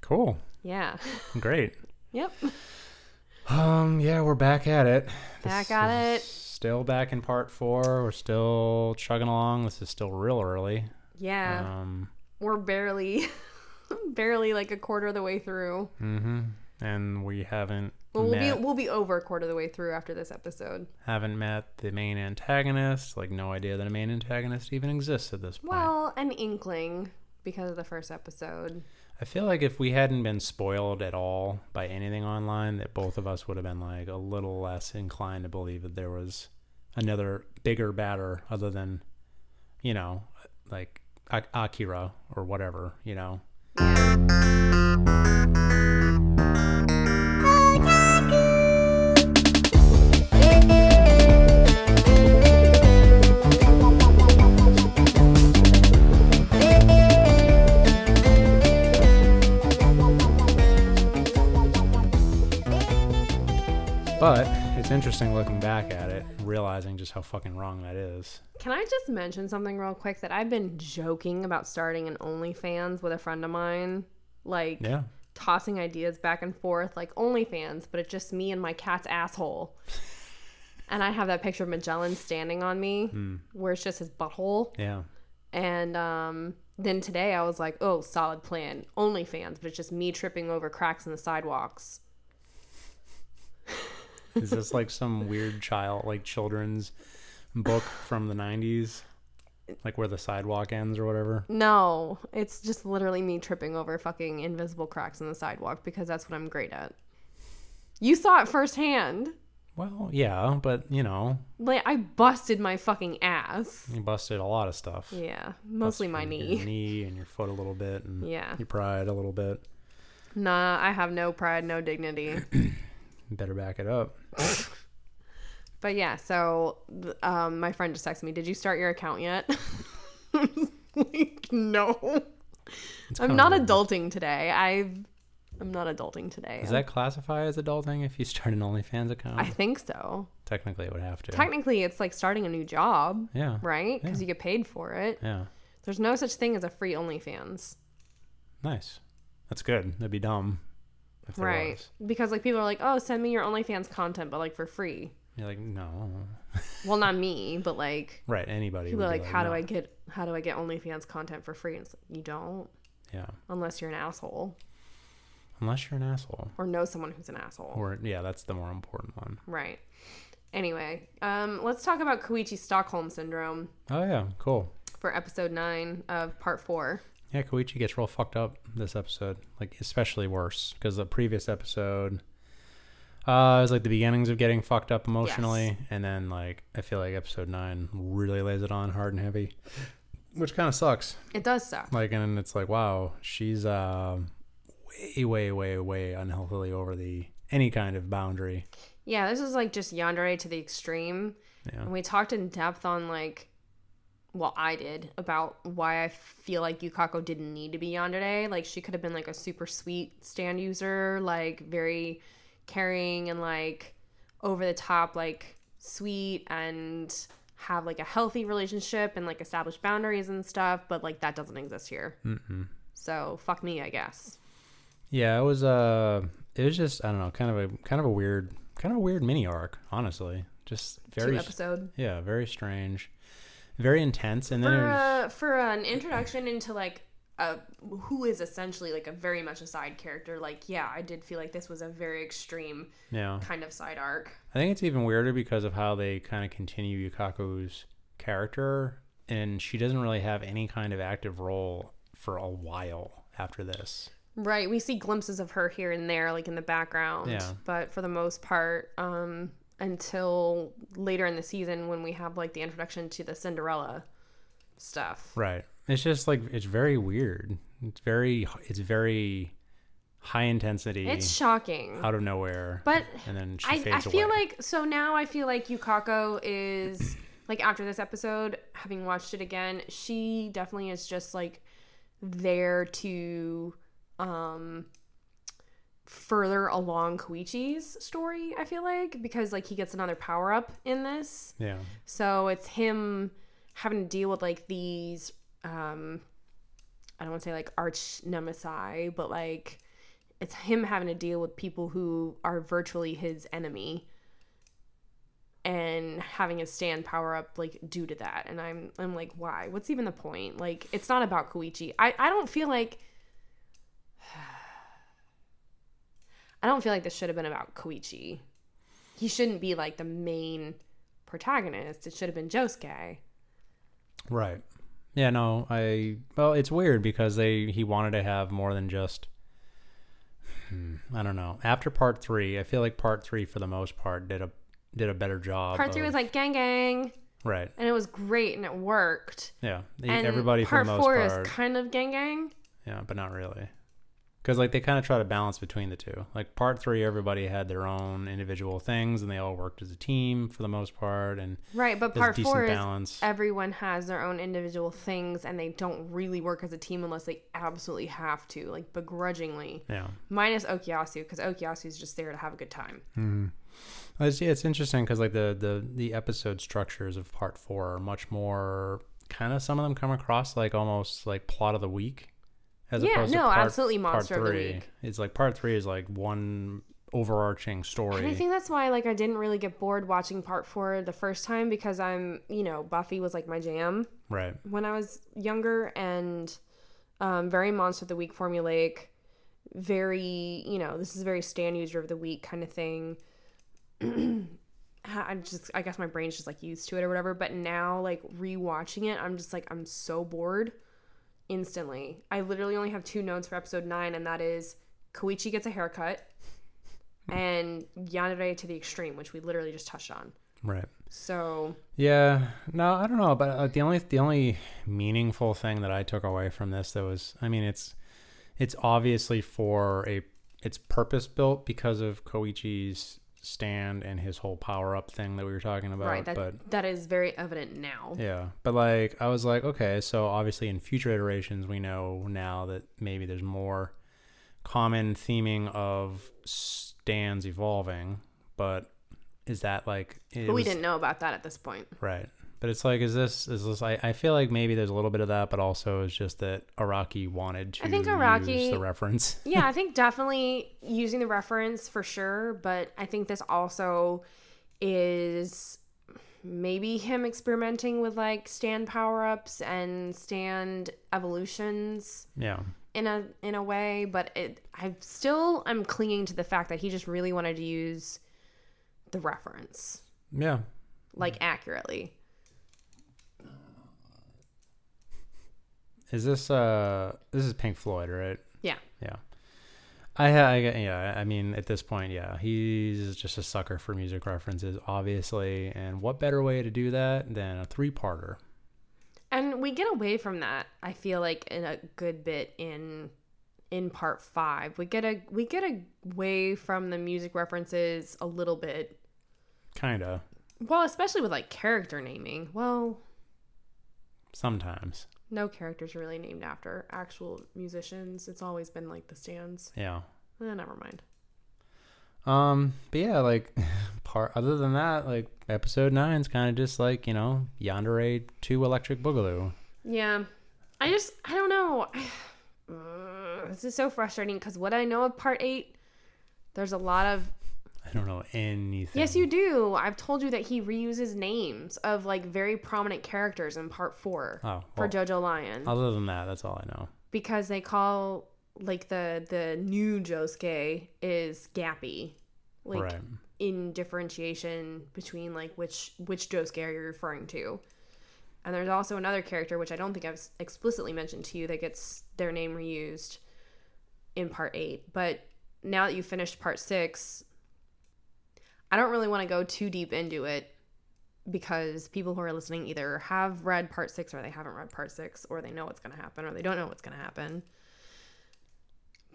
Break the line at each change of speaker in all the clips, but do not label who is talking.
Cool.
Yeah.
Great.
Yep.
Um, yeah, we're back at it.
Back at
is Still back in part four. We're still chugging along. This is still real early.
Yeah.
Um,
We're barely, barely like a quarter of the way through.
hmm and we haven't
Well, we'll
met,
be we'll be over a quarter of the way through after this episode.
haven't met the main antagonist. Like, no idea that a main antagonist even exists at this point.
Well, an inkling because of the first episode.
I feel like if we hadn't been spoiled at all by anything online, that both of us would have been like a little less inclined to believe that there was another bigger batter other than, you know, like A- Akira or whatever, you know. But it's interesting looking back at it, realizing just how fucking wrong that is.
Can I just mention something real quick that I've been joking about starting an OnlyFans with a friend of mine? Like
Yeah.
tossing ideas back and forth, like OnlyFans, but it's just me and my cat's asshole. and I have that picture of Magellan standing on me where it's just his butthole.
Yeah.
And um, then today I was like, oh, solid plan. OnlyFans, but it's just me tripping over cracks in the sidewalks.
Is this like some weird child, like children's book from the 90s? Like where the sidewalk ends or whatever?
No, it's just literally me tripping over fucking invisible cracks in the sidewalk because that's what I'm great at. You saw it firsthand.
Well, yeah, but you know,
Like, I busted my fucking ass.
you busted a lot of stuff.
Yeah, mostly my
Your-
knee.
Your knee and your foot a little bit and
Yeah.
your pride a little bit.
Nah, I have no pride, no dignity.
You better back it up.
But yeah, so th- um, my friend just texted me, "Did you start your account yet?" like, no, I'm
kinda
not
weird.
adulting today. I've I'm not adulting today.
Does that classify as adulting if you start an OnlyFans account?
I think so.
Technically, it would have to.
Technically, it's like starting a new job,
yeah.
right? Because
Yeah.
you get paid for it.
Yeah.
There's no such thing as a free OnlyFans,
Nice. That's good. That'd be dumb. If there
right?
was.
Because like people are like, "Oh, send me your OnlyFans content," but like for free.
You're like, no.
Well, not me, but like
Right. Anybody.
people
would
are
be
like, "How do
no.
I get how do I get OnlyFans content for free?" And it's like, you don't
Yeah.
unless you're an asshole.
Unless you're an asshole.
or know someone who's an asshole.
Or, yeah, that's the more important one.
Right. Anyway, um, let's talk about Koichi Stockholm syndrome
Oh, yeah. Cool.
for episode nine of part four.
Yeah, Koichi gets real fucked up this episode, like especially worse because the previous episode uh, it was like the beginnings of getting fucked up emotionally, and then like I feel like episode nine really lays it on hard and heavy, which kind of sucks.
It does suck.
Like, and it's like, wow, she's uh, way, way, way, way unhealthily over the any kind of boundary.
Yeah, this is like just yandere to the extreme.
Yeah.
And we talked in depth on like, well, I did about why I feel like Yukako didn't need to be yandere. Like, she could have been like a super sweet stand user, like very caring and like over the top, like sweet and have like a healthy relationship and like establish boundaries and stuff. But like, that doesn't exist here.
Mm-mm.
So fuck me, I guess.
Yeah, it was uh it was just I don't know, kind of a kind of a weird kind of a weird mini arc, honestly. Just very
Two episode.
Yeah, very strange, very intense, and then it
For,
was,
uh, for an introduction into like a who is essentially like a very much a side character, like yeah, I did feel like this was a very extreme
yeah.
kind of side arc.
I think it's even weirder because of how they kind of continue Yukako's character, and she doesn't really have any kind of active role for a while after this.
Right, we see glimpses of her here and there, like in the background.
Yeah.
But for the most part, um, until later in the season when we have like the introduction to the Cinderella stuff.
Right. It's just like it's very weird. It's very it's very high intensity
It's shocking.
out of nowhere.
But
and then she
I,
fades
I feel
away.
like so now I feel like Yukako is like after this episode, having watched it again, she definitely is just like there to um further along Koichi's story, I feel like, because like he gets another power up in this.
yeah.
So it's him having to deal with like these um I don't want to say like arch nemesis, but like it's him having to deal with people who are virtually his enemy and having his stand power up like due to that and i'm i'm like why what's even the point like it's not about koichi i i don't feel like i don't feel like this should have been about koichi he shouldn't be like the main protagonist it should have been josuke
Right. Yeah, no, I well, it's weird because they he wanted to have more than just Hmm, I don't know. After part 3, I feel like part 3 for the most part did a did a better job.
part three
of-
was like gang gang
Right.
and it was great and it worked
Yeah. They-
and
Everybody for the
part
most
four
part.
is kind of gang gang
yeah, but not really. Cuz like they kind of try to balance between the two. Like part 3 everybody had their own individual things and they all worked as a team for the most part and
right but
there's a
part
decent
four is
balance.
everyone has their own individual things and they don't really work as a team unless they absolutely have to, like begrudgingly.
yeah.
Minus Okuyasu, because Okuyasu's just there to have a good time.
It's, yeah, it's interesting because like the, the the episode structures of part four are much more kind of some of them come across like almost like plot of the week. As
Yeah,
opposed
no,
to part,
absolutely
part
monster of the
three.
week.
It's like part three is like one overarching
And I
story.
think that's why like I didn't really get bored watching part four the first time because I'm you know, Buffy was like my jam
right.
when I was younger and um, very monster of the week formulaic, very you know this is very stand user of the week kind of thing. I just I guess my brain's just like used to it or whatever. But now like rewatching it, I'm just like I'm so bored instantly. I literally only have two notes for episode nine, and that is Koichi gets a haircut and Yanare to the extreme, which we literally just touched on.
Right.
So
Yeah, no, I don't know, but uh, the only the only meaningful thing that I took away from this that was, I mean, it's it's obviously for a it's purpose built because of Koichi's stand and his whole power up thing that we were talking about.
right, that
Uh, but
that is very evident now.
yeah, but like I was like, okay, so obviously in future iterations, we know now that maybe there's more common theming of stands evolving, but is that like it
But we
was-
didn't know about that at this point.
Right. But it's like, is this, is this, I, I feel like maybe there's a little bit of that, but also it's just that Araki wanted to
I think
use
Araki-
the reference.
yeah, I think definitely using the reference for sure, but I think this also is maybe him experimenting with like stand power ups and stand evolutions
Yeah.
in a in a way, but it I still am clinging to the fact that he just really wanted to use the reference
Yeah.
like accurately.
Is this, uh, this is Pink Floyd, right?
Yeah.
Yeah. I, ha- I, yeah, I mean, at this point, yeah, he's just a sucker for music references, obviously. And what better way to do that than a three parter?
And we get away from that, I feel like in a good bit in in part 5. We get a we get away from the music references a little bit.
Kind of.
Well, especially with like character naming. Well,
Sometimes.
no characters are really named after actual musicians. It's always been like the stands.
Yeah.
Eh, never mind.
Um, but yeah, like part other than that, like episode nine's kind of just like you know Yandere two Electric Boogaloo.
Yeah. I just I don't know. Ugh, this is so frustrating cuz what I know of part 8 there's a lot of
I don't know anything.
Yes, you do. I've told you that he reuses names of like very prominent characters in part four
Oh,
for
well,
Jojo Lion
other than that, that's all I know.
because they call like the the new Josuke is Gappy, like
right.
in differentiation between like which which Josuke are you referring to. And there's also another character which I don't think I've s- explicitly mentioned to you that gets their name reused in part 8. But now that you finished part 6, I don't really want to go too deep into it because people who are listening either have read part 6 or they haven't read part 6 or they know what's going to happen or they don't know what's going to happen.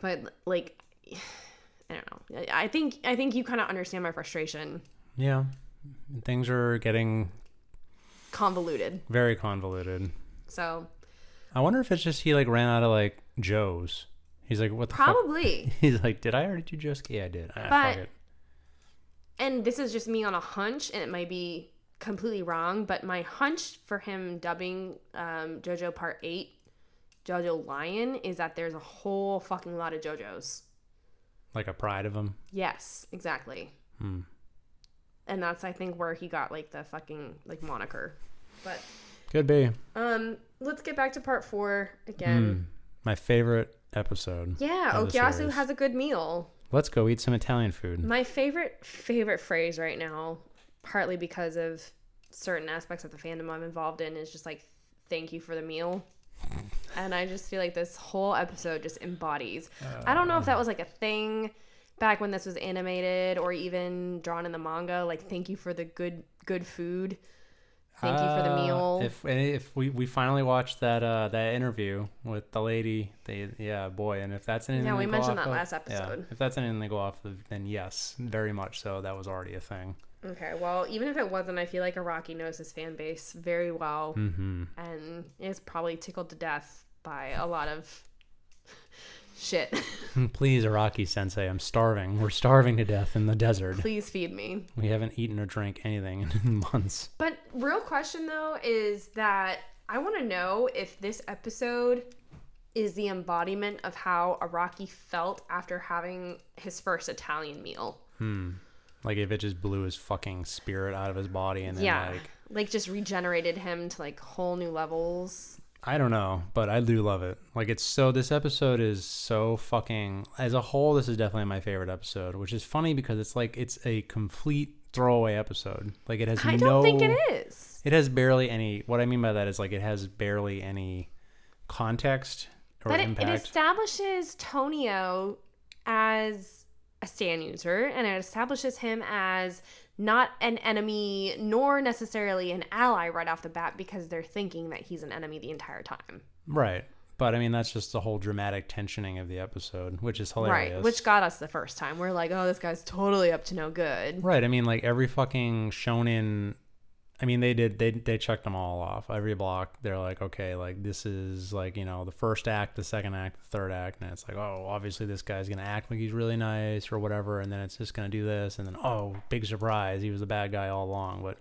But like I don't know. I I think I think you kind of understand my frustration.
Yeah, things are getting
Convoluted.
very convoluted.
So
I wonder if it's just he like ran out of like Joes. He's like, what the fuck?
probably.
He's like, did I already do Josuke? Yeah, I did. Ah,
But-
fuck it.
And this is just me on a hunch, and it might be completely wrong, but my hunch for him dubbing um, JoJo Part Eight JoJo Lion is that there's a whole fucking lot of JoJos.
like a pride of him.
Yes, exactly.
Hmm.
And that's I think where he got like the fucking like moniker. But
Could be.
um let's get back to part 4 again.
My favorite episode.
Yeah,
Of the
Okyasu
Hmm. series.
has a good meal.
Let's go eat some Italian food.
My favorite favorite phrase right now, partly because of certain aspects of the fandom I'm involved in, is just like thank you for the meal. And I just feel like this whole episode just embodies. I don't know if that was like a thing back when this was animated or even drawn in the manga, like thank you for the good good food. Thank you for the
Uh,
meal.
If if we, we finally watched that uh that interview with the lady, they yeah boy, and if that's anything
Yeah,
they
we
go
mentioned
off
that
of-
last
yeah,
episode.
if that's anything they go off of, then yes, very much so. That was already a thing.
okay, well, even if it wasn't, I feel like Araki knows his fan base very well.
Mm-hmm.
and is probably tickled to death by a lot of shit.
Please, Iraqi Sensei, I'm starving. We're starving to death in the desert.
Please feed me.
We haven't eaten or drank anything in months.
But real question though is that I want to know if this episode is the embodiment of how Araki felt after having his first Italian meal.
Like if it just blew his fucking spirit out of his body, and then
yeah.
like
like just regenerated him to like whole new levels.
I don't know, but I do love it. Like it's so this episode is so fucking as a whole this is definitely my favorite episode, which is funny because it's like it's a complete throwaway episode. Like it has
I
no
don't think it is.
It has barely any what I mean by that is like it has barely any context or
But it, it
impact.
establishes Tonio as a stand user and it establishes him as not an enemy nor necessarily an ally right off the bat because they're thinking that he's an enemy the entire time.
right. But I mean that's just the whole dramatic tensioning of the episode, which is hilarious.
Right. Which got us the first time. We're like, oh, this guy's totally up to no good.
Right. I mean, like every fucking shonen. I mean, they did. They they checked them all off. Every block, they're like, okay, like this is like you know the first act, the second act, the third act, and it's like, oh, obviously this guy's gonna act like he's really nice or whatever, and then it's just gonna do this, and then oh, big surprise, he was a bad guy all along. But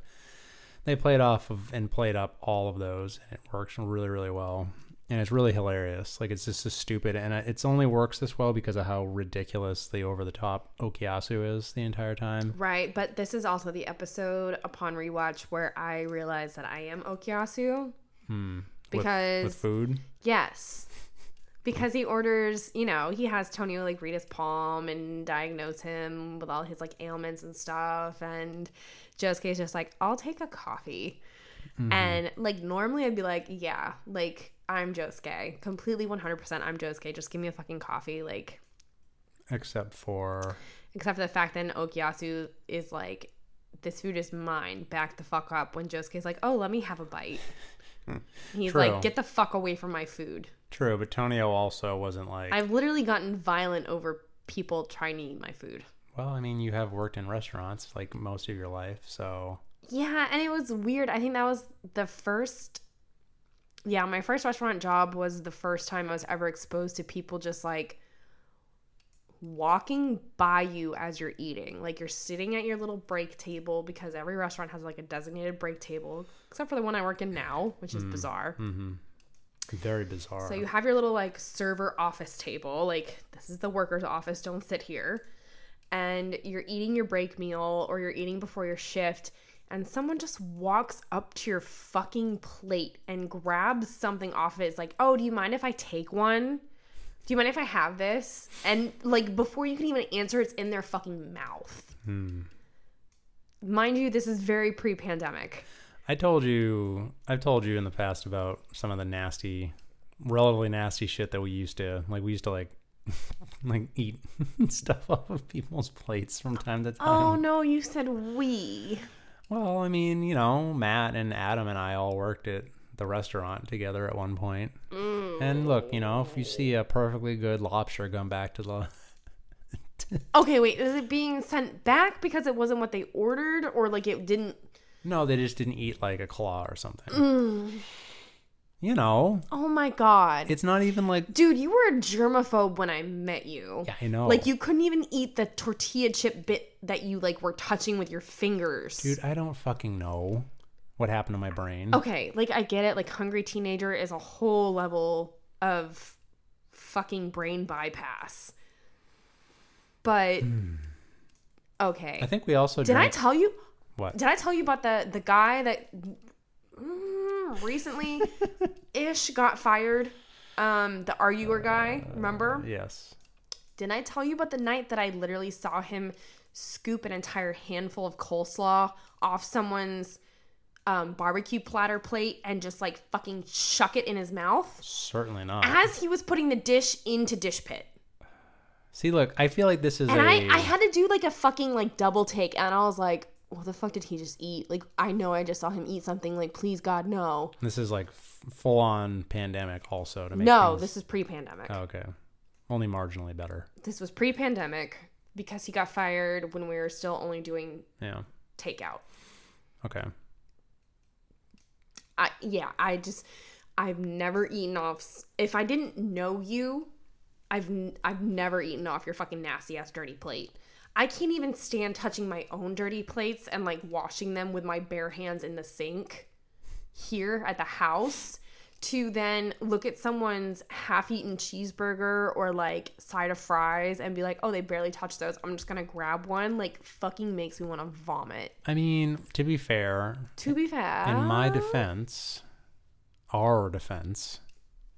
they played off of and played up all of those, and it works really really well. And it's really hilarious. Like it's just so stupid, and it's only works this well because of how ridiculously over the top Okiyasu is the entire time.
Right. But this is also the episode upon rewatch where I realized that I am Okyasu
Hmm. With-
because
with, food.
Yes. Because he orders, you know, he has Tonio like read his palm and diagnose him with all his like ailments and stuff. And Josuke's just like, I'll take a coffee. And like normally I'd be like, yeah, like I'm Josuke. Completely 100% I'm Josuke. Just give me a fucking coffee. Like,
Except for
except for the fact that Okuyasu is like, this food is mine. Back the fuck up. When Josuke's like, oh, let me have a bite. He's
True.
like, get the fuck away from my food.
true, but Tonio also wasn't like.
I've literally gotten violent over people trying to eat my food.
well, I mean, you have worked in restaurants like most of your life, so
Yeah, and it was weird. I think that was the first Yeah, my first restaurant job was the first time I was ever exposed to people just like walking by you as you're eating. Like you're sitting at your little break table because every restaurant has like a designated break table, except for the one I work in now, which is bizarre.
very bizarre.
So you have your little like server office table, like this is the worker's office, don't sit here. And you're eating your break meal or you're eating before your shift, and someone just walks up to your fucking plate and grabs something off of it. It's like, oh, do you mind if I take one? Do you mind if I have this? And like before you can even answer, it's in their fucking mouth. Mind you, this is very pre pandemic.
I told you, I've told you in the past about some of the nasty, relatively nasty shit that we used to like. We used to like, like eat stuff off of people's plates from time to time.
Oh no, you said we.
Well, I mean, you know, Matt and Adam and I all worked at the restaurant together at one point. And look, you know, if you see a perfectly good lobster come back to the
Okay, wait, is it being sent back because it wasn't what they ordered or like it didn't
No, they just didn't eat like a claw or something. You know,
Oh my god.
it's not even like
Dude, you were a germaphobe when I met you. Oh.
Yeah, I know.
Like you couldn't even eat the tortilla chip bit that you like were touching with your fingers.
dude, I don't fucking know what happened to my brain.
Okay, like I get it, like hungry teenager is a whole level of fucking brain bypass. But
Hmm.
okay.
I think we also
Did I
drank.
tell you?
What?
Did I tell you about the the guy that mm, recently ish got fired? Um, the arguer guy. Remember?
yes.
Didn't I tell you about the night that I literally saw him scoop an entire handful of coleslaw off someone's um, barbecue platter plate and just like fucking chuck it in his mouth
Certainly not.
as he was putting the dish into dish pit?
See, look, I feel like this is
And
a.
I, I had to do like a fucking like double take and I was like, what the fuck did he just eat? Like, I know I just saw him eat something. Like, please God, no.
This is like full on pandemic, also to make
No,
things- Oh,
this is pre pandemic.
okay, only marginally better.
This was pre pandemic because he got fired when we were still only doing
Yeah.
takeout.
Okay.
I, yeah, I just, I've never eaten off. s- If I didn't know you, I've, n- I've never eaten off your fucking nasty ass dirty plate. I can't even stand touching my own dirty plates and like washing them with my bare hands in the sink here at the house to then look at someone's half-eaten cheeseburger or like side of fries and be like, "Oh, they barely touched those. I'm just going to grab one." Like fucking makes me want to vomit.
I mean, to be fair,
To be fair,
in my defense, our defense,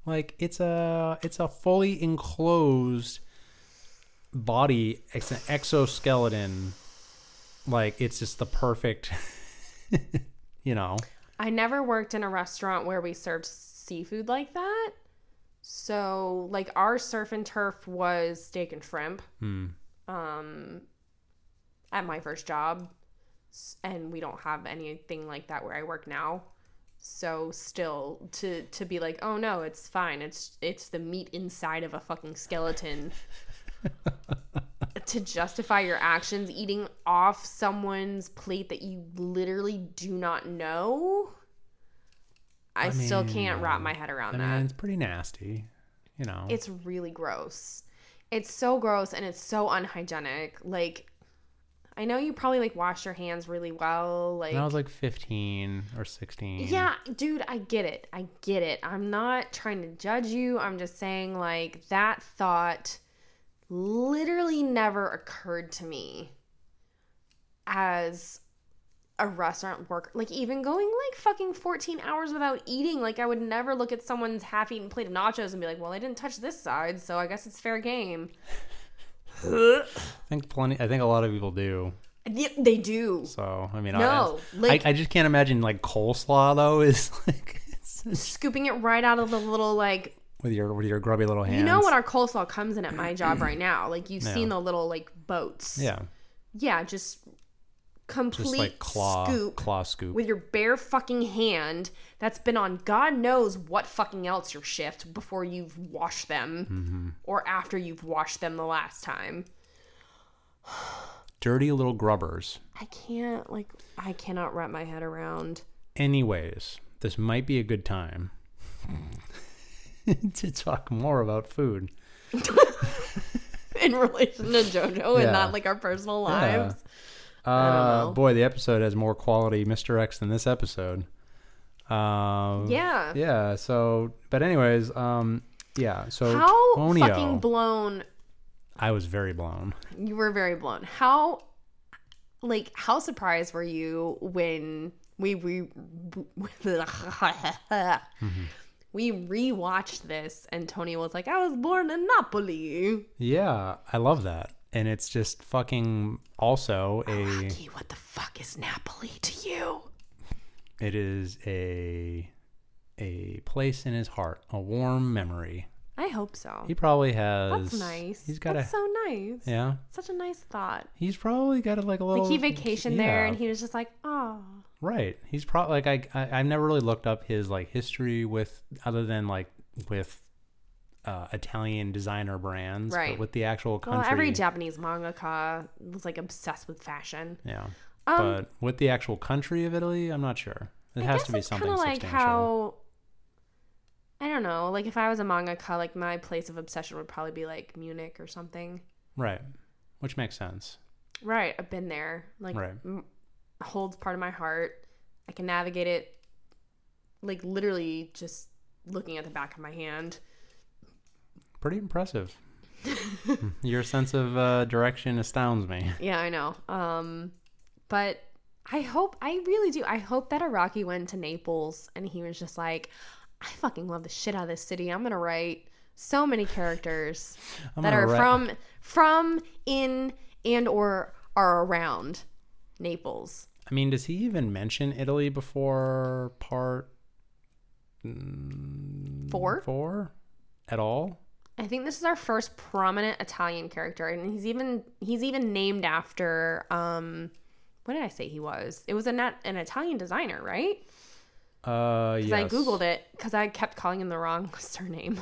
like it's a it's a fully enclosed body. It's an exoskeleton. Like it's just the perfect. you know.
I never worked in a restaurant where we served seafood like that. So, like, our surf and turf was steak and shrimp
Hmm.
um, at my first job. S- And we don't have anything like that where I work now. So still to to be like, oh no, it's fine. It's it's the meat inside of a fucking skeleton. to justify your actions, eating off someone's plate that you literally do not know. I, still
mean,
can't wrap my head around
I
that.
mean, it's pretty nasty. You know.
It's really gross. It's so gross and it's so unhygienic. Like, I know you probably like wash your hands really well. Like,
when I was like 15 or 16.
yeah, dude, I get it. I get it. I'm not trying to judge you. I'm just saying, like, that thought literally never occurred to me as a restaurant worker. Like, even going like fucking 14 hours without eating, like, I would never look at someone's half eaten plate of nachos and be like, well, I didn't touch this side, so I guess it's fair game.
I think plenty. I think a lot of people do.
Yeah, They do.
So I mean,
No,
I,
like-
I, I just can't imagine like coleslaw though is like it's just-
Scooping it right out of the little, like,
with your with your grubby little hands.
You know what our coleslaw comes in at my job right now? Like you've seen the little like boats.
yeah,
Yeah, just complete
just like claw
scoop
claw scoop.
with your bare fucking hand that's been on God knows what fucking else your shift before you've washed them
Mm-hmm.
or after you've washed them the last time.
Dirty little grubbers.
I can't like I cannot wrap my head around.
Anyways, this might be a good time to talk more about food.
In relation to JoJo
Yeah.
and not like our personal lives.
Uh, boy, the episode has more quality, Mr. X, than this episode. Um,
Yeah.
Yeah. So, but anyways, um, yeah. So
How
Tonio,
fucking blown
I was very blown.
You were very blown. How, like, how surprised were you when we we we rewatched this and Tony was like, "I was born in Napoli."
Yeah, I love that, and it's just fucking also a.
Rocky, what the fuck is Napoli to you?
It is a a place in his heart, a warm memory.
I hope so.
He probably has.
That's nice.
He's got
That's
a
so nice.
yeah.
Such a nice thought.
He's probably got a, like a little.
Like he vacationed there
yeah,
and he was just like, "Oh,
Right. He's probably like I, I I've never really looked up his like history with other than like with uh Italian designer brands,
Right.
but with the actual country.
well, every Japanese mangaka was like obsessed with fashion."
yeah.
Um,
but with the actual country of Italy, I'm not sure. It
I
has
guess
to be
it's
something
kinda like
substantial.
how I don't know. Like if I was a mangaka, like my place of obsession would probably be like Munich or something.
Right. Which makes sense.
Right, I've been there. Like
Right.
m- holds part of my heart. I can navigate it, like literally just looking at the back of my hand.
Pretty impressive. Hmm. Your sense of uh, direction astounds me.
Yeah, I know. Um, but I hope, I really do. I hope that Iraqi went to Naples and he was just like, I fucking love the shit out of this city. I'm gonna write so many characters
I'm
that
gonna
are
write-
from, from, in, and or are around Naples.
I mean, does he even mention Italy before part
Four.
Mm, four at all?
I think this is our first prominent Italian character, and he's even he's even named after um, what did I say he was? It was a nat- an Italian designer, right?
Uh, yes.
Because I googled it because I kept calling him the wrong surname.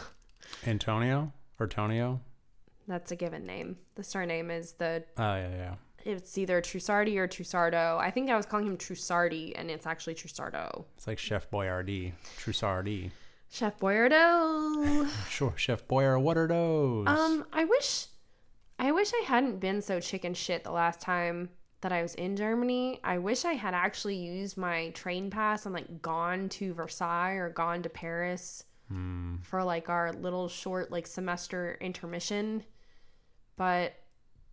Antonio or Tonio.
That's a given name. The surname is the
Oh yeah, yeah.
it's either Trusardi or Trusardo. I think I was calling him Trusardi, and it's actually Trusardo.
It's like Chef Boyardee, Troussardi.
Chef Boyardo.
Sure, Chef Boyard. What are those?
Um, I wish, I wish I hadn't been so chicken shit the last time that I was in Germany. I wish I had actually used my train pass and like gone to Versailles or gone to Paris for like our little short like semester intermission. But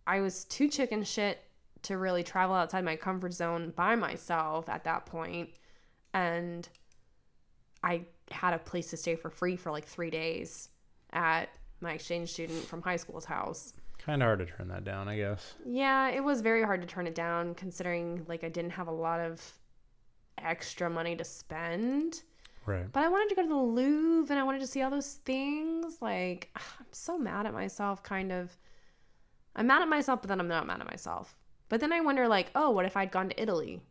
I was too chicken shit to really travel outside my comfort zone by myself at that point, and I had a place to stay for free for like three days at my exchange student from high school's house.
kind of hard to turn that down, I guess.
Yeah, it was very hard to turn it down considering like I didn't have a lot of extra money to spend.
Right.
But I wanted to go to the Louvre and I wanted to see all those things. Like ah, I'm so mad at myself kind of I'm mad at myself, but then I'm not mad at myself. But then I wonder like, oh, what if I'd gone to Italy?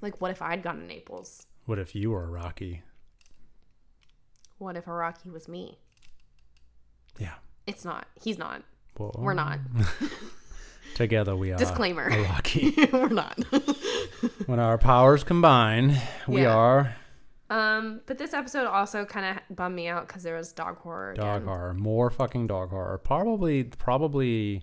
Like what if I'd gone to Naples?
What if you were Rocky?
What if Iraqi was me?
Yeah.
It's not. He's not.
Well,
We're not.
Together we are.
Disclaimer.
Rocky.
We're not.
when our powers combine, we
Yeah.
are
Um, but this episode also kind of bummed me out because there was dog horror. Again.
dog horror. More fucking dog horror. Probably, probably,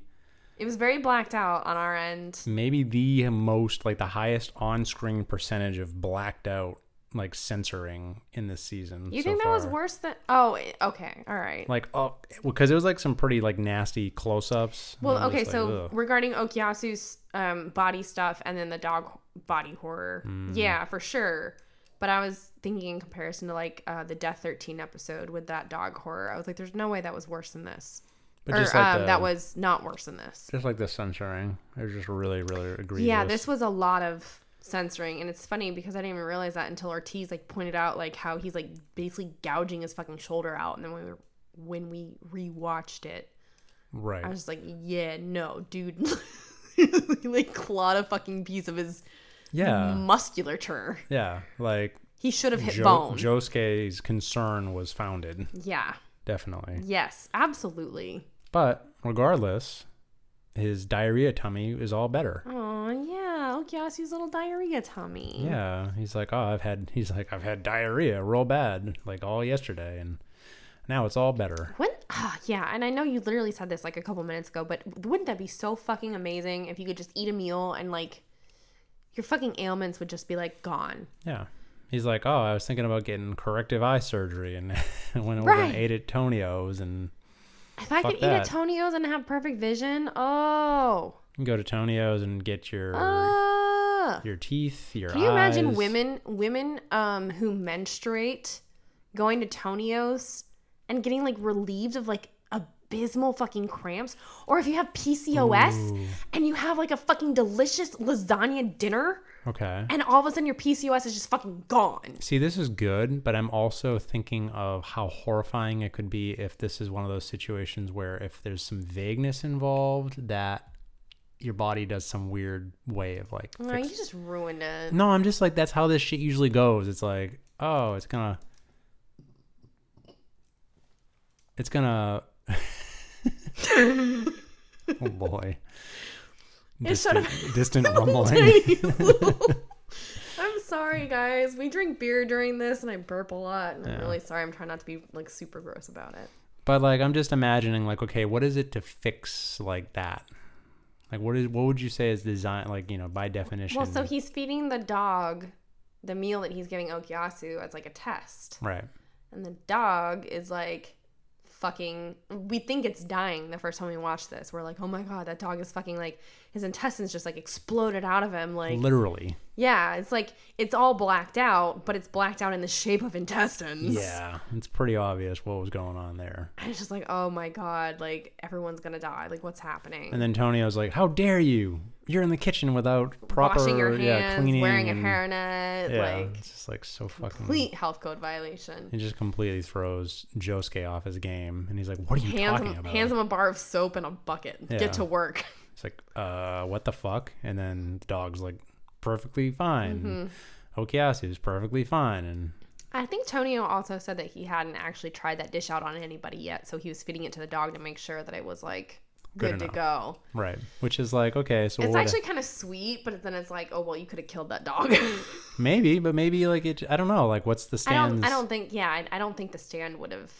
It was very blacked out on our end.
maybe the most, like the highest on-screen percentage of blacked out, like censoring in this season.
You
so
think that was
far.
worse than? Oh, it- okay, all right.
Like, oh, because it was like some pretty like nasty close-ups. and
well,
I'm
okay.
just like,
so
ugh.
regarding Okiyasu's um, body stuff and then the dog h- body horror,
Mm.
yeah, for sure. But I was thinking in comparison to like uh, the Death Thirteen episode with that dog horror, I was like, "There's no way that was worse than this."
But
or
just like
um,
the-
that was not worse than this.
Just like the censoring, it was just really, really egregious.
Yeah, this was a lot of censoring, and it's funny because I didn't even realize that until Ortiz like pointed out like how he's like basically gouging his fucking shoulder out, and then when we were, when we rewatched it,
right.
I was just like, yeah, no, dude, he like clawed a fucking piece of his
yeah,
musculature.
yeah. Like
He should have hit
jo-
bone.
Josuke's concern was founded,
yeah.
definitely.
Yes. Absolutely.
But regardless, his diarrhea tummy is all better.
Oh yeah, Okiyasu's little diarrhea tummy.
Yeah, he's like, oh, I've had. He's like, I've had diarrhea real bad, like all yesterday, and now it's all better.
When, ah, yeah, and I know you literally said this like a couple minutes ago, but wouldn't that be so fucking amazing if you could just eat a meal and like your fucking ailments would just be like gone?
Yeah. He's like, oh, I was thinking about getting corrective eye surgery, and went over
Right.
and ate at Tonio's, and
If I
Fuck
could
that.
eat at Tonio's and have perfect vision, oh,
you can go to Tonio's and get your
ah.
your teeth, your
Uh, Can you imagine
eyes.
women women um who menstruate going to Tonio's and getting like relieved of like abysmal fucking cramps? Or if you have PCOS and you have like a fucking delicious lasagna dinner
Okay.
and all of a sudden your PCOS is just fucking gone.
See, this is good, but I'm also thinking of how horrifying it could be if this is one of those situations where if there's some vagueness involved that your body does some weird way of like
Oh, you just ruined it.
No, I'm just like that's how this shit usually goes. It's like, oh, it's gonna It's gonna Oh boy.
It should
Distant,
have-
distant rumbling.
I'm sorry, guys. We drink beer during this, and I burp a lot. And I'm
Yeah.
really sorry. I'm trying not to be like super gross about it.
But like I'm just imagining like okay, what is it to fix like that? Like what is what would you say is design like, you know, by definition?
Well, so he's feeding the dog the meal that he's giving Okiyasu as like a test,
right.
and the dog is like fucking we think it's dying the first time we watch this. We're like, "Oh my god, that dog is fucking like his intestines just like exploded out of him." Like
Literally.
yeah, it's like it's all blacked out, but it's blacked out in the shape of intestines.
Yeah. It's pretty obvious what was going on there.
And it's just like, "Oh my god, like everyone's going to die. Like what's happening?"
And then Tonio's like, "How dare you? You're in the kitchen without proper
Washing your hands,
yeah, cleaning
wearing a
and-
hairnet,
Yeah,
like
it's just like so fucking.
complete health code violation.
It just completely throws Josuke off his game, and he's like, "What are you
Hands
talking
him,
about?"
hands him a bar of soap and a bucket.
Yeah.
Get to work.
It's like, uh, what the fuck? And then the dog's like, perfectly fine. mm
Mm-hmm.
is perfectly fine. And
I think Tonio also said that he hadn't actually tried that dish out on anybody yet, so he was feeding it to the dog to make sure that it was like
Good
good, to
enough.
go.
right, which is like, okay, so
It's
what-
actually kind of sweet, but then it's like, oh well, you could have killed that dog.
maybe, but maybe like it. I don't know. Like, what's the
I
stands?
don't. I don't think. Yeah, I, I don't think the stand would have.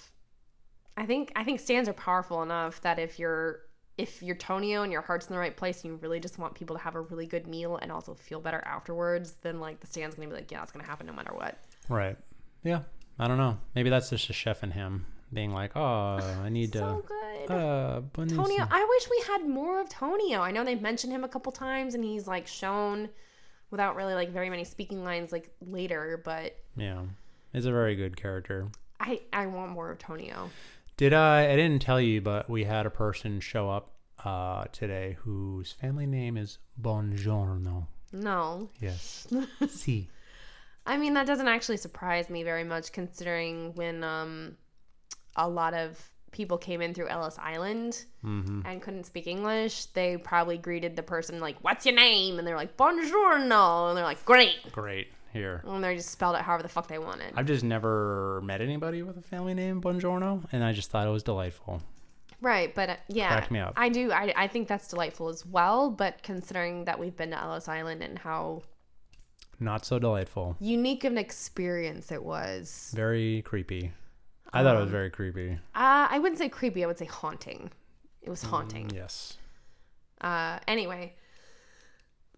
I think. I think stands are powerful enough that if you're if you're Tonio and your heart's in the right place and you really just want people to have a really good meal and also feel better afterwards, then like the stand's gonna be like, yeah, that's gonna happen no matter what.
Right. Yeah. I don't know. Maybe that's just a chef in him being like, oh, I need
So
to.
good.
Uh, bunnies
Tonio,
and-
I wish we had more of Tonio. I know they've mentioned him a couple times and he's like shown without really like very many speaking lines like later, but
Yeah. He's a very good character.
I I want more of Tonio.
Did I? I didn't tell you, but we had a person show up uh, today whose family name is Bongiorno.
No.
Yes. See.
I mean, that doesn't actually surprise me very much considering when um a lot of people came in through Ellis Island
Mm-hmm.
and couldn't speak English, they probably greeted the person like, "What's your name?" and they're like, "Buongiorno." And they're like, "Great."
Great. Here.
And they just spelled it however the fuck they wanted.
I've just never met anybody with a family name Bongiorno, and I just thought it was delightful.
Right, but uh, yeah,
Cracked me up.
I do. I, I think that's delightful as well. But considering that we've been to Ellis Island and how
Not so delightful.
unique of an experience it was,
Very creepy. I thought it
Um,
was very creepy.
uh, I wouldn't say creepy. I would say haunting. It
Mm,
was haunting.
Yes.
Uh, anyway,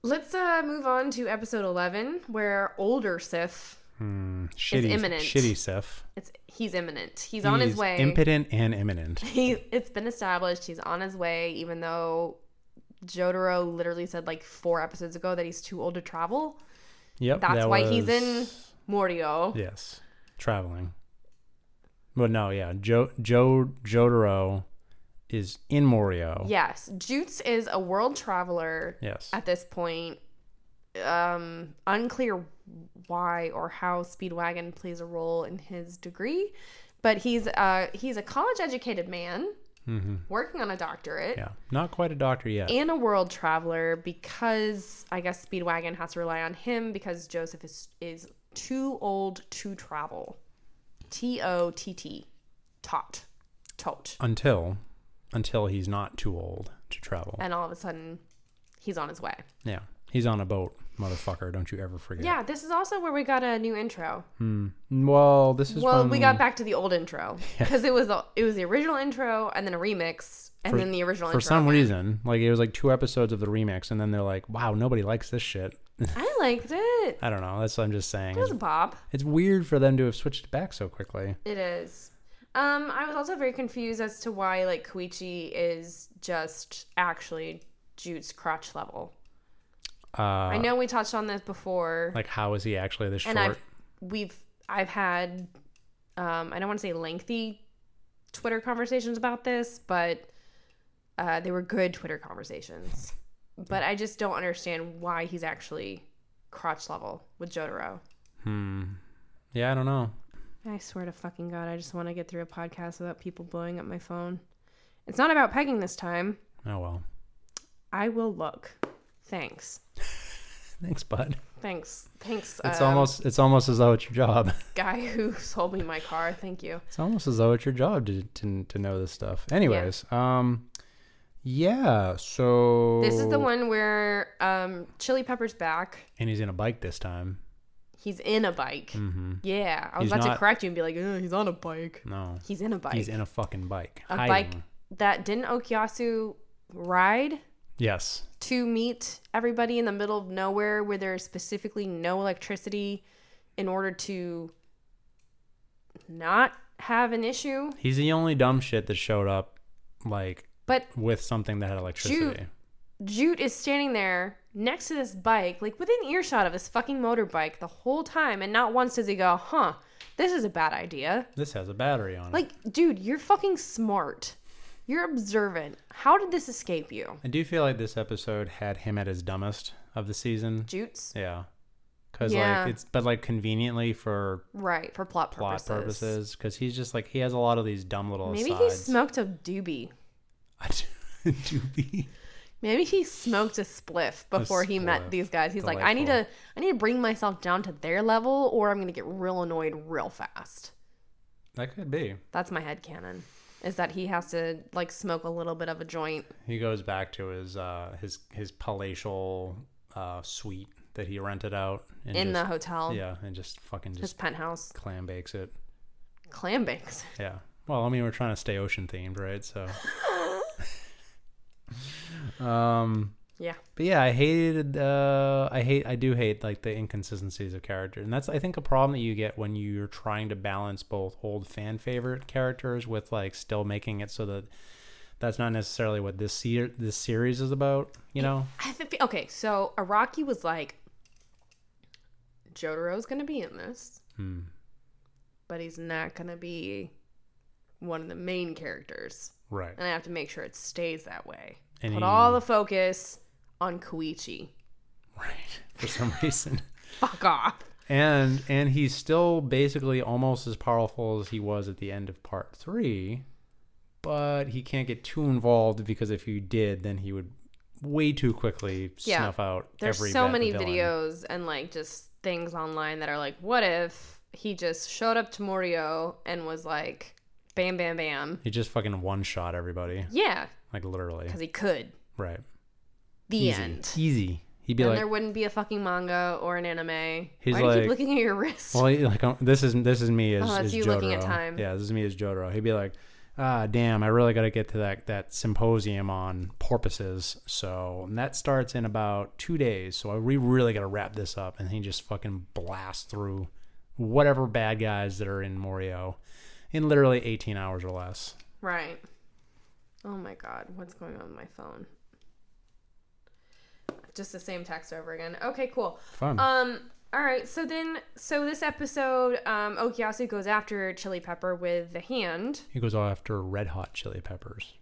let's uh, move on to episode eleven, where older Sif.
Hmm. Shitty.
imminent.
Shitty Sif.
It's he's imminent. He's, on his
He's
way.
Impotent and imminent.
he it's been established he's on his way even though Jotaro literally said like four episodes ago that he's too old to travel.
Yep.
That's
that
why he's
was-
Morio.
Yes, traveling. But no, yeah, Joe Joe Jotaro is in Morio.
Yes, Jutes is a world traveler
Yes.
at this point. Um, unclear why or how Speedwagon plays a role in his degree, but he's uh he's a college educated man
hmm
working on a doctorate
Yeah, not quite a doctor yet.
and a world traveler because I guess Speedwagon has to rely on him because Joseph is is too old to travel. T O T T, tot, tot,
until until he's not too old to travel.
and all of a sudden, he's on his way.
yeah, he's on a boat, motherfucker. Don't you ever forget.
Yeah, this is also where we got a new intro.
Well, this is
Well,
when
we got back to the old intro because it was the, it was the original intro and then a remix and then the original
for
intro.
some reason, like it was like two episodes of the remix, and then they're like, "Wow, nobody likes this shit."
I liked it.
I don't know. That's what I'm just saying.
It was
It's,
a bop.
it's weird for them to have switched it back so quickly.
It is. Um, I was also very confused as to why like Koichi is just actually Jute's crotch level.
Uh,
I know we touched on this before,
like how is he actually this
and
short?
I've we've I've had um, I don't want to say lengthy Twitter conversations about this, but uh, they were good Twitter conversations. But I just don't understand why he's actually crotch level with Jotaro.
Hmm. Yeah, I don't know.
I swear to fucking God, I just want to get through a podcast without people blowing up my phone. It's not about pegging this time.
Oh well.
I will look. Thanks.
Thanks, bud.
Thanks. Thanks.
It's
um,
almost it's almost as though it's your job.
guy who sold me my car. Thank you.
It's almost as though it's your job to to, to know this stuff. Anyways, um yeah, so
This is the one where um, Chili Pepper's back.
and he's in a bike this time.
He's in a bike.
Mm-hmm.
Yeah, I was
He's
about
not-
to correct you and be like, "Ugh, he's on a bike.
No.
He's in a bike.
He's in a fucking bike.
a
hiding.
bike that didn't Okuyasu ride
Yes.
to meet everybody in the middle of nowhere where there's specifically no electricity in order to not have an issue.
He's the only dumb shit that showed up like
But
with something that had electricity.
Jute is standing there next to this bike, like within earshot of his fucking motorbike the whole time, and not once does he go, huh, this is a bad idea.
This has a battery on it.
Like, dude, you're fucking smart. You're observant. How did this escape you?
I do feel like this episode had him at his dumbest of the season.
Jutes?
Yeah. Cuz
Yeah.
like it's but like conveniently for
Right, for plot
plot
purposes.
purposes cuz he's just like he has a lot of these dumb little
Maybe he
asides.
smoked a doobie.
I do, do be.
Maybe he smoked a spliff before he
spliff.
met these guys. He's like, I need to
Delightful.
I need to bring myself down to their level or I'm gonna get real annoyed real fast.
That could be.
That's my headcanon. Is that he has to like smoke a little bit of a joint.
He goes back to his uh his his palatial uh suite that he rented out and
in the
just,
hotel.
yeah, and just fucking
His
just
penthouse.
clam bakes it.
Clam bakes.
Yeah. Well, I mean, we're trying to stay ocean themed, right? So. um.
Yeah.
But yeah, I hated. Uh, I hate. I do hate like the inconsistencies of character, and that's I think a problem that you get when you're trying to balance both old fan favorite characters with like still making it so that that's not necessarily what this ser- this series is about. You know?
I think okay, so Araki was like Jotaro's gonna be in this,
Hmm.
but he's not gonna be one of the main characters.
Right.
And I have to make sure it stays that way.
And
Put
he-
all the focus on Koichi.
Right. For some reason.
Fuck off.
and and he's still basically almost as powerful as he was at the end of part three but he can't get too involved because if you did then he would way too quickly
Yeah.
snuff out
There's
every
so
vi-
many
villain.
videos and like just things online that are like, what if he just showed up to Morio and was like, bam, bam, bam.
he just fucking one shot everybody
Yeah,
like literally
because he could.
right
The
easy
end.
easy he'd be
and
like
there wouldn't be a fucking manga or an anime.
He's
Why do you
like-
keep looking at your wrist?
well he, like um, this is this is me as,
Oh, that's
as
you
Jotaro.
looking at time.
yeah this is me as Jotaro he'd be like ah damn I really got to get to that that symposium on porpoises so and that starts in about two days so I, we really got to wrap this up and he just fucking blasts through whatever bad guys that are in Morio in literally 18 hours or less
right. Oh my god, what's going on with my phone? Just the same text over again. Okay, cool.
fun
Um, all right. So then, so this episode, um, Okuyasu goes after Chili Pepper with the hand.
he goes all after red hot chili peppers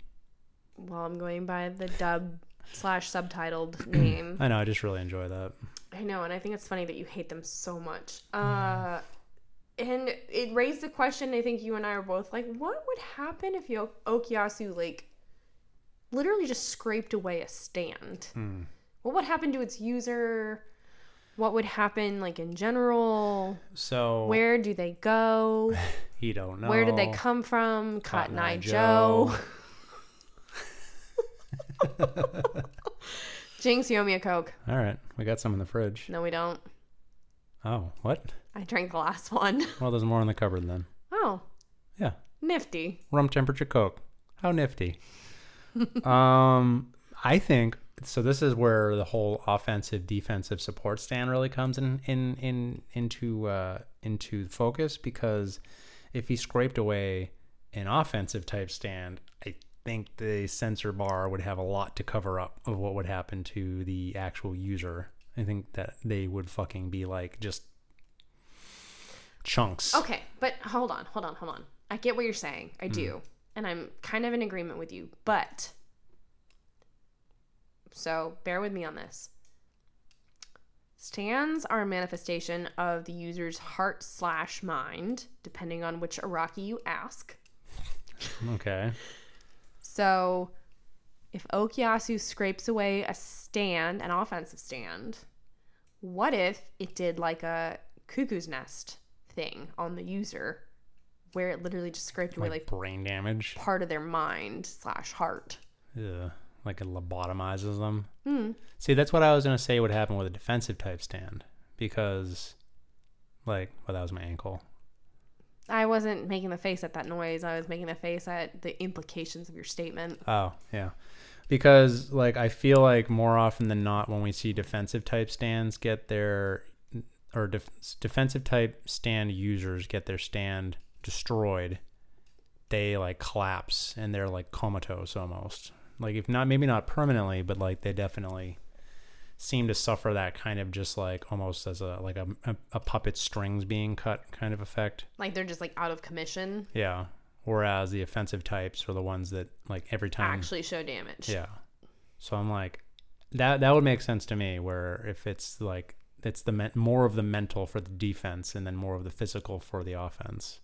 Well, I'm going by the dub slash subtitled name.
I know I just really enjoy that
I know, and I think it's funny that you hate them so much. Uh, and it raised the question. I think you and I are both like, what would happen if Yo- Okuyasu like literally just scraped away a stand? What would happen to its user? What would happen like in general?
so
Where do they go?
he don't know
Where did they come from? Cotton,
Eye
Eye Joe.
Joe.
Jinx, you owe me a Coke.
all right we got some in the fridge
No, we don't.
oh what
I drank the last one.
well there's more in the cupboard then
Oh,
yeah
nifty.
rum temperature coke. How nifty. um, I think so. This is where the whole offensive defensive support stand really comes in in in into uh, into focus because if he scraped away an offensive type stand, I think the sensor bar would have a lot to cover up of what would happen to the actual user. I think that they would fucking be like just chunks.
Okay, but hold on, hold on, hold on. I get what you're saying. I do. And I'm kind of in agreement with you, but. So bear with me on this. Stands are a manifestation of the user's heart slash mind, depending on which Iraqi you ask.
Okay.
So if Okuyasu scrapes away a stand, an offensive stand, what if it did like a cuckoo's nest thing on the user where it literally just scraped away
Like,
like
brain damage.
part of their mind slash heart?
Ugh, like it lobotomizes them. See, that's what I was gonna say would happen with a defensive type stand because, like, well, that was my ankle.
I wasn't making the face at that noise. I was making the face at the implications of your statement.
Oh, yeah. Because like I feel like more often than not, when we see defensive type stands get their or def- defensive type stand users get their stand destroyed, they like collapse and they're like comatose almost. Like if not maybe not permanently, but like they definitely seem to suffer that kind of just like almost as a like a, a, a puppet strings being cut kind of effect.
Like they're just like out of commission.
Yeah. Whereas the offensive types are the ones that like every time
Actually show damage.
Um, yeah. So I'm like, that that would make sense to me. Where if it's like it's the men- more of the mental for the defense, and then more of the physical for the offense.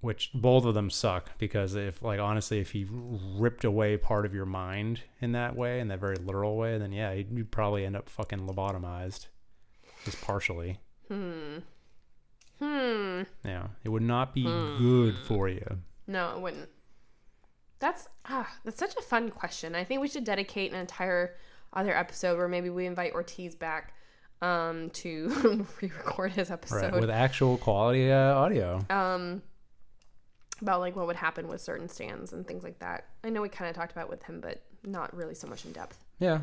Which both of them suck because if like honestly, if he ripped away part of your mind in that way, in that very literal way, then yeah, you'd, you'd probably end up fucking lobotomized, just partially.
Hmm.
Yeah, it would not be good for you.
No, it wouldn't. That's ah, that's such a fun question. I think we should dedicate an entire other episode where maybe we invite Ortiz back um to re-record his
Right,
episode
with actual quality uh, audio.
um about like what would happen with certain stands and things like that. I know we kind of talked about it with him, but not really so much in depth.
Yeah,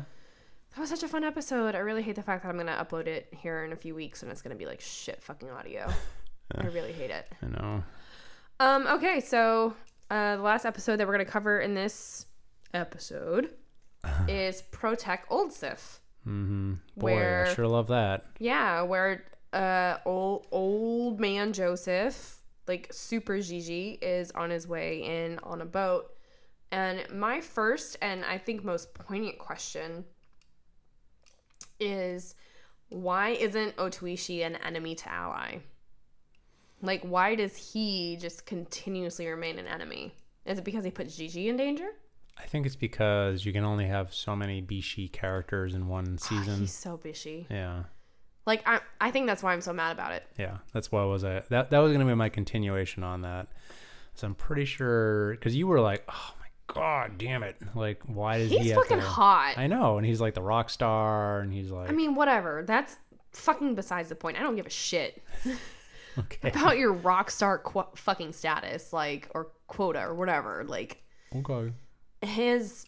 That was such a fun episode. I really hate the fact that I'm gonna upload it here in a few weeks and it's gonna be like shit fucking audio. I really hate it.
I know.
Um, okay, so uh, the last episode that we're gonna cover in this episode is Protech Old Sif.
Mm-hmm. Boy, I
Where-
sure love that.
Yeah, where uh old old man Joseph, like super Gigi, is on his way in on a boat. And my first and I think most poignant question is why isn't Otoishi an enemy to ally? Like why does he just continuously remain an enemy? Is it because he puts Gigi in danger?
I think it's because you can only have so many Bishi characters in one season.
Ah, He's so bishy.
yeah,
Like I I think that's why I'm so mad about it.
yeah. That's why was I that that was gonna be my continuation on that. So I'm pretty sure because you were like, oh my god, damn it! Like, why does
He's
he have
fucking
to-
hot.
I know, and he's like the rock star, and he's like,
I mean, whatever. That's fucking besides the point. I don't give a shit
okay,
about your rock star qu- fucking status, like, or quota or whatever. Like,
okay,
his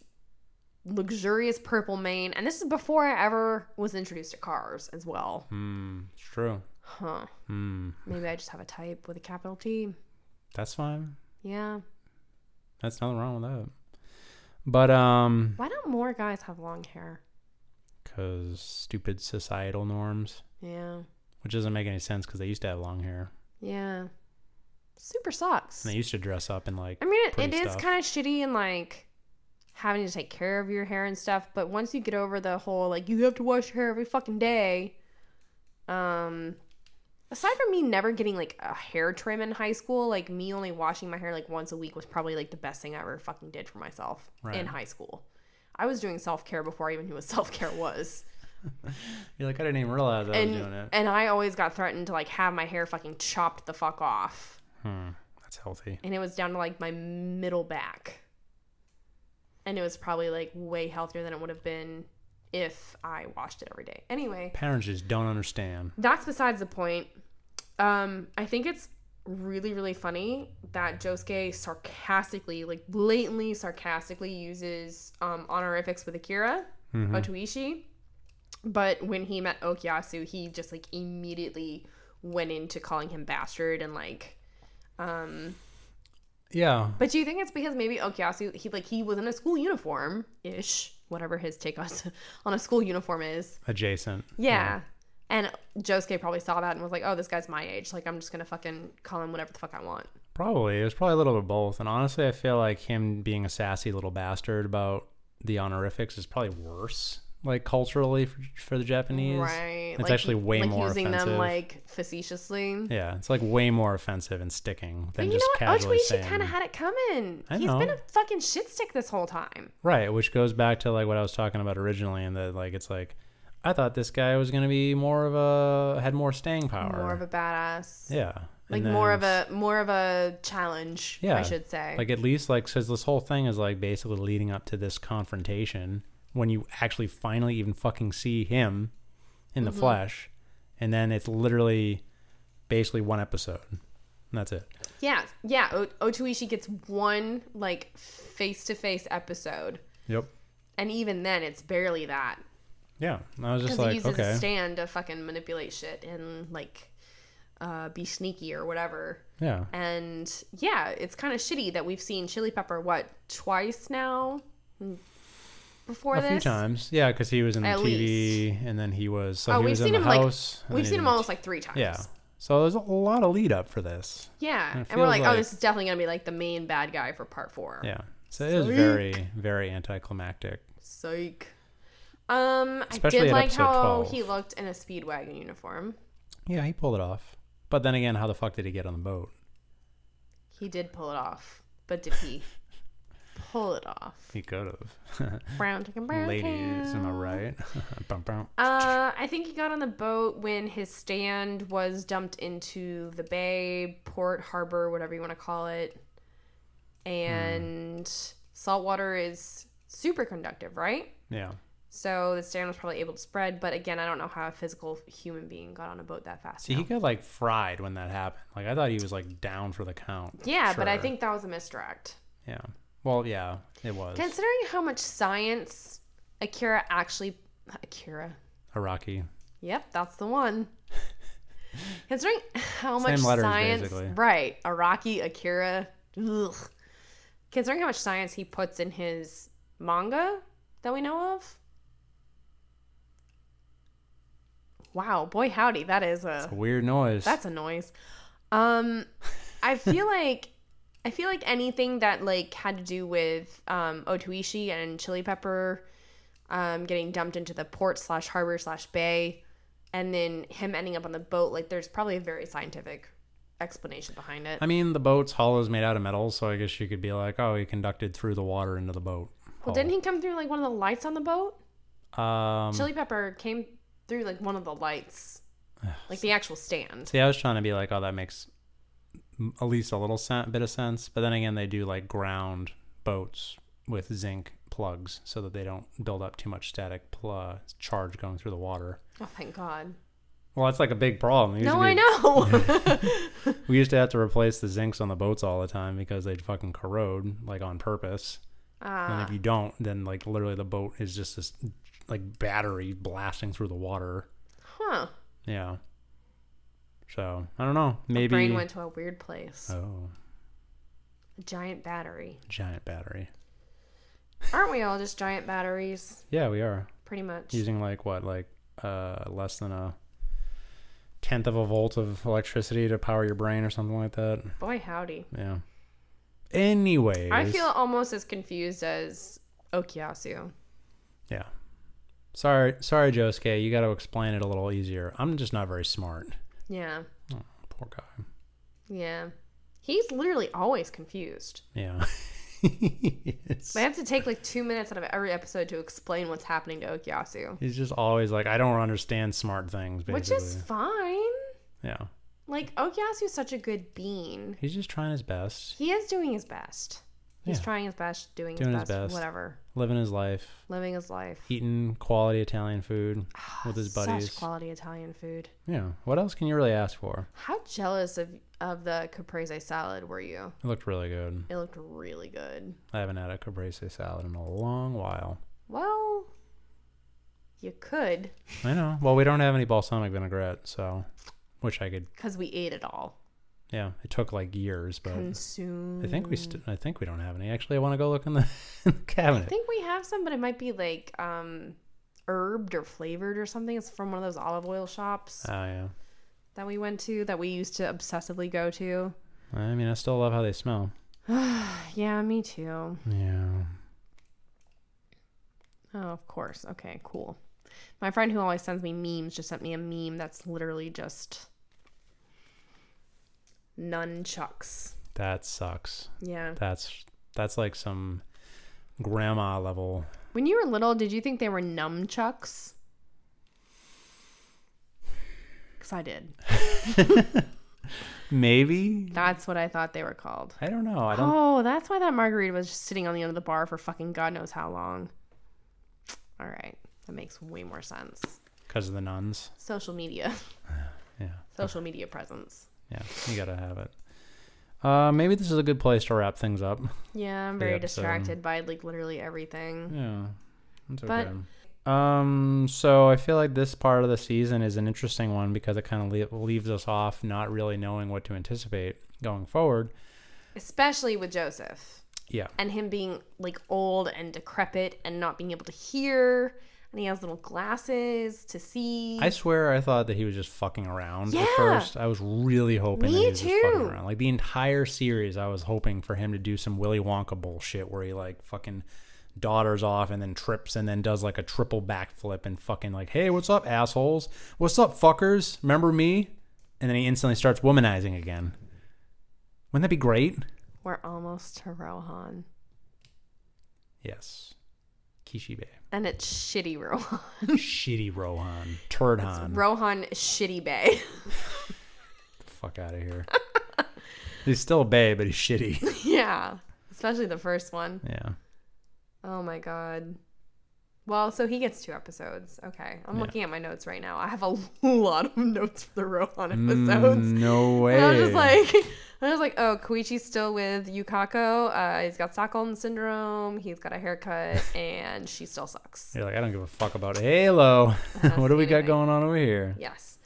luxurious purple mane, and this is before I ever was introduced to cars as well.
hmm, it's true.
Huh.
Hmm,
Maybe I just have a type with a capital T.
that's fine.
Yeah.
That's nothing wrong with that. But um,
Why don't more guys have long hair?
because stupid societal norms,
Yeah.
which doesn't make any sense because they used to have long hair.
Yeah. Super sucks.
And they used to dress up in like
I mean, it, it
pretty
is
stuff.
kind of shitty and like having to take care of your hair and stuff. But once you get over the whole like you have to wash your hair every fucking day, um, aside from me never getting like a hair trim in high school, like me only washing my hair like once a week was probably like the best thing I ever fucking did for myself
Right.
in high school. I was doing self care before I even knew what self care was,
You're like, I didn't even realize I was doing
and
it.
and I always got threatened to like have my hair fucking chopped the fuck off,
Hmm. That's healthy.
and it was down to like my middle back. And it was probably like way healthier than it would have been if I washed it every day. Anyway,
Parents just don't understand.
that's besides the point. Um, I think it's really, really funny that Josuke sarcastically, like blatantly sarcastically, uses um, honorifics with Akira Otoishi. But when he met Okuyasu, he just like immediately went into calling him bastard and like
Yeah.
But do you think it's because maybe Okuyasu he like he was in a school uniform ish, whatever his take on, on a school uniform is?
Adjacent.
Yeah. And Josuke probably saw that and was like, "Oh, this guy's my age. Like, I'm just gonna fucking call him whatever the fuck I want."
Probably. It was probably a little bit of both. And honestly, I feel like him being a sassy little bastard about the honorifics is probably worse, like culturally for, for the Japanese.
Right?
It's actually way
like
more
using
offensive.
them like facetiously.
yeah, it's like way more offensive and sticking
But
than
you
just
know what?
casually
Otoishi
saying.
kind of had it coming.
I
He's been
know.
a fucking shit stick this whole time.
Right, which goes back to like what I was talking about originally, and that like it's like I thought this guy was gonna be more of a had more staying power.
More of a badass.
yeah,
Like
And
more
then
of a more of a challenge.
Yeah.
I should say.
like at least like says this whole thing is like basically leading up to this confrontation when you actually finally even fucking see him in the
Mm-hmm.
flesh, and then it's literally basically one episode, and that's it.
Yeah, yeah. O- Otoishi gets one like face to face episode,
Yep.
and even then, it's barely that
Yeah, I was just
because he
like,
uses a
okay,
stand to fucking manipulate shit and like uh, be sneaky or whatever.
Yeah.
And yeah, it's kind of shitty that we've seen Chili Pepper what twice now Hmm, before
a
this.
few times. Yeah, because he was in the
At
TV,
least.
and then he was. So
Oh,
he
we've
was
seen
in
him,
the
like-
house. and
We've
then he
seen him
was-
almost like three times.
Yeah. So there's a lot of lead up for this.
Yeah.
It
And we're
feels
like, oh,
like-
this is definitely going to be like the main bad guy for part four.
Yeah. So it is very, very anticlimactic.
Psych. Um,
Especially
I
at
did like
episode
how
12.
he looked in a Speedwagon uniform.
Yeah, he pulled it off. But then again, how the fuck did he get on the boat?
He did pull it off, but did he pull it off?
He could have.
Brown chicken, brown
Ladies, am I
cow.
right? Bum, bum.
Uh, I think he got on the boat when his stand was dumped into the bay, port, harbor, whatever you want to call it. And salt water is super conductive, right?
Yeah.
So the stand was probably able to spread, but again, I don't know how a physical human being got on a boat that fast.
See, he
now.
got like fried when that happened. Like I thought he was like down for the count.
yeah, but I
Sure.
think that was a misdirect.
Yeah. Well, yeah, it was.
Considering how much science Akira actually Akira.
Iraqi.
Yep, that's the one. Considering how much
Same letters,
science,
basically.
right? Araki, Akira. Ugh. Considering how much science he puts in his manga that we know of. Wow, boy howdy, that is a
A weird noise.
that's a noise. Um, I feel like I feel like anything that like had to do with um, Otoishi and Chili Pepper um, getting dumped into the port slash harbor slash bay, and then him ending up on the boat. Like, there's probably a very scientific explanation behind it.
I mean, the boat's hull is made out of metal, so I guess you could be like, oh, he conducted through the water into the boat.
well, didn't he come through like one of the lights on the boat?
Um,
Chili Pepper came through like one of the lights, like the actual stand.
see, I was trying to be like, oh, that makes m- at least a little sen- bit of sense. But then again, they do like ground boats with zinc plugs so that they don't build up too much static pl- uh, charge going through the water.
Oh, thank God.
Well, that's like a big problem. It used to
No,
be-
I know.
We used to have to replace the zincs on the boats all the time because they'd fucking corrode like on purpose.
Ah.
And if you don't, then like literally the boat is just this like battery blasting through the water.
huh.
Yeah. So I don't know. Maybe
brain went to a weird place.
oh
A giant battery.
giant battery.
Aren't we all just giant batteries?
Yeah, we are
Pretty much.
using like what like uh less than a tenth of a volt of electricity to power your brain or something like that.
Boy, howdy.
Yeah. Anyways,
I feel almost as confused as Okiyasu.
Yeah. Sorry, sorry, Josuke. You got to explain it a little easier. I'm just not very smart.
Yeah.
Poor guy.
Yeah. He's literally always confused.
Yeah. It's-
I have to take like two minutes out of every episode to explain what's happening to Okiyasu,
He's just always like, I don't understand smart things, basically.
which is fine.
yeah.
Like, Okiyasu's such a good bean.
He's just trying his best,
He is doing his best. He's
Yeah.
trying his best, doing,
Doing
his,
his
best,
best.
whatever.
living his life,
Living his life.
eating quality Italian food with his buddies.
Ah, Such quality Italian food.
yeah. What else can you really ask for?
How jealous of of the caprese salad were you?
It looked really good.
It looked really good.
I haven't had a caprese salad in a long while.
Well, you could
I know. Well, we don't have any balsamic vinaigrette, so wish I could.
because we ate it all.
Yeah, it took like years, but
Consume.
I think we st- I think we don't have any. Actually, I want to go look in the, in the
I
cabinet.
think we have some, but it might be like um herbed or flavored or something. It's from one of those olive oil shops
Oh yeah.
that we went to that we used to obsessively go to.
I mean, I still love how they smell.
Yeah, me too.
Yeah.
Oh, of course. Okay, cool. My friend who always sends me memes just sent me a meme that's literally just nunchucks.
That sucks.
Yeah.
That's that's like some grandma level.
When you were little, did you think they were nunchucks? Because I did.
Maybe.
That's what I thought they were called.
I don't know. I don't.
Oh, that's why that margarita was just sitting on the end of the bar for fucking God knows how long. All right. That makes way more sense.
Because of the nuns.
Social media,
Yeah.
social media presence.
Yeah. You gotta have it. Uh, maybe this is a good place to wrap things up.
Yeah, I'm very
episode.
distracted by like literally everything.
Yeah. That's
But-
okay. um, so I feel like this part of the season is an interesting one because it kind of le- leaves us off not really knowing what to anticipate. going forward.
especially with Joseph
Yeah.
and him being like old and decrepit and not being able to hear. And he has little glasses to see.
I swear I thought that he was just fucking around
Yeah.
at first. I was really hoping
Me
that he was just fucking
too.
around. Like the entire series I was hoping for him to do some Willy Wonka bullshit where he like fucking daughters off and then trips and then does like a triple backflip and fucking like, hey, what's up, assholes? What's up, fuckers? Remember me? And then he instantly starts womanizing again. Wouldn't that be great?
We're almost to Rohan.
Yes. Kishibe.
And it's shitty Rohan.
Shitty Rohan. Turd Han.
Rohan shitty bay.
Fuck out of here. he's still a bae, but he's shitty.
yeah. Especially the first one.
Yeah.
Oh my god. Well, so he gets two episodes. Okay. I'm looking at my notes right now. I have a lot of notes for the Rohan episodes.
Mm, no way.
And I was just like, I was like, oh, Koichi's still with Yukako. Uh, he's got Stockholm syndrome. He's got a haircut, and she still sucks.
You're like, I don't give a fuck about Halo. what do we got
anything.
going on over here?
Yes.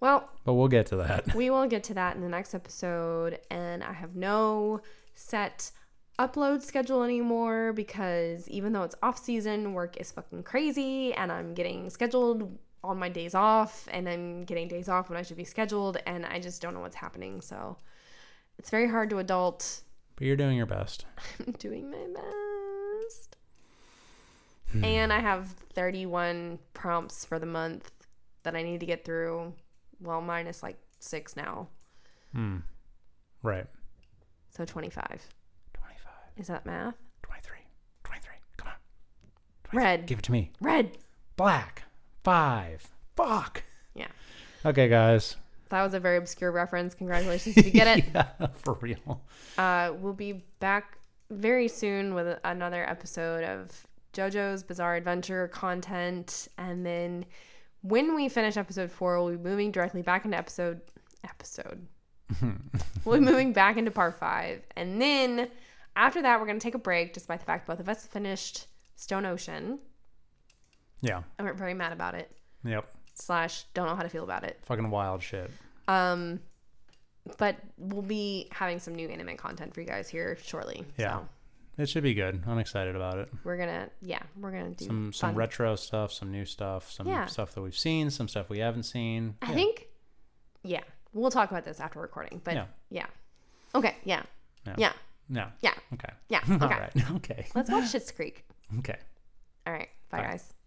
Well,
But we'll get to that.
we will get to that in the next episode, and I have no set upload schedule anymore because even though it's off season, work is fucking crazy, and I'm getting scheduled on my days off, and I'm getting days off when I should be scheduled, and I just don't know what's happening. So it's very hard to adult
But you're doing your best.
I'm doing my best. And I have 31 prompts for the month that I need to get through. Well, minus like six now.
Hmm. Right.
So 25.
25,
Is that math?
23, 23. Come on.
Red.
Give it to me.
Red.
Black. Five. Fuck.
Yeah.
Okay, guys.
That was a very obscure reference. Congratulations if you get it.
yeah, for real.
Uh, we'll be back very soon with another episode of JoJo's Bizarre Adventure content. And then when we finish episode four, we'll be moving directly back into episode. Episode. we'll be moving back into part five. And then after that, we're going to take a break, despite the fact both of us finished Stone Ocean.
Yeah.
And we're very mad about it,
Yep.
slash, don't know how to feel about it.
Fucking wild shit.
Um, but we'll be having some new anime content for you guys here shortly.
Yeah.
So.
It should be good. I'm excited about it.
we're gonna yeah we're gonna do
Some some
fun.
retro stuff, some new stuff, some
Yeah.
stuff that we've seen, some stuff we haven't seen.
i think yeah we'll talk about this after recording but yeah,
Yeah.
okay yeah
Yeah.
yeah yeah,
No.
Yeah.
Okay.
okay
All right. Okay.
let's watch shit's creek
Okay.
all right bye
Bye.
guys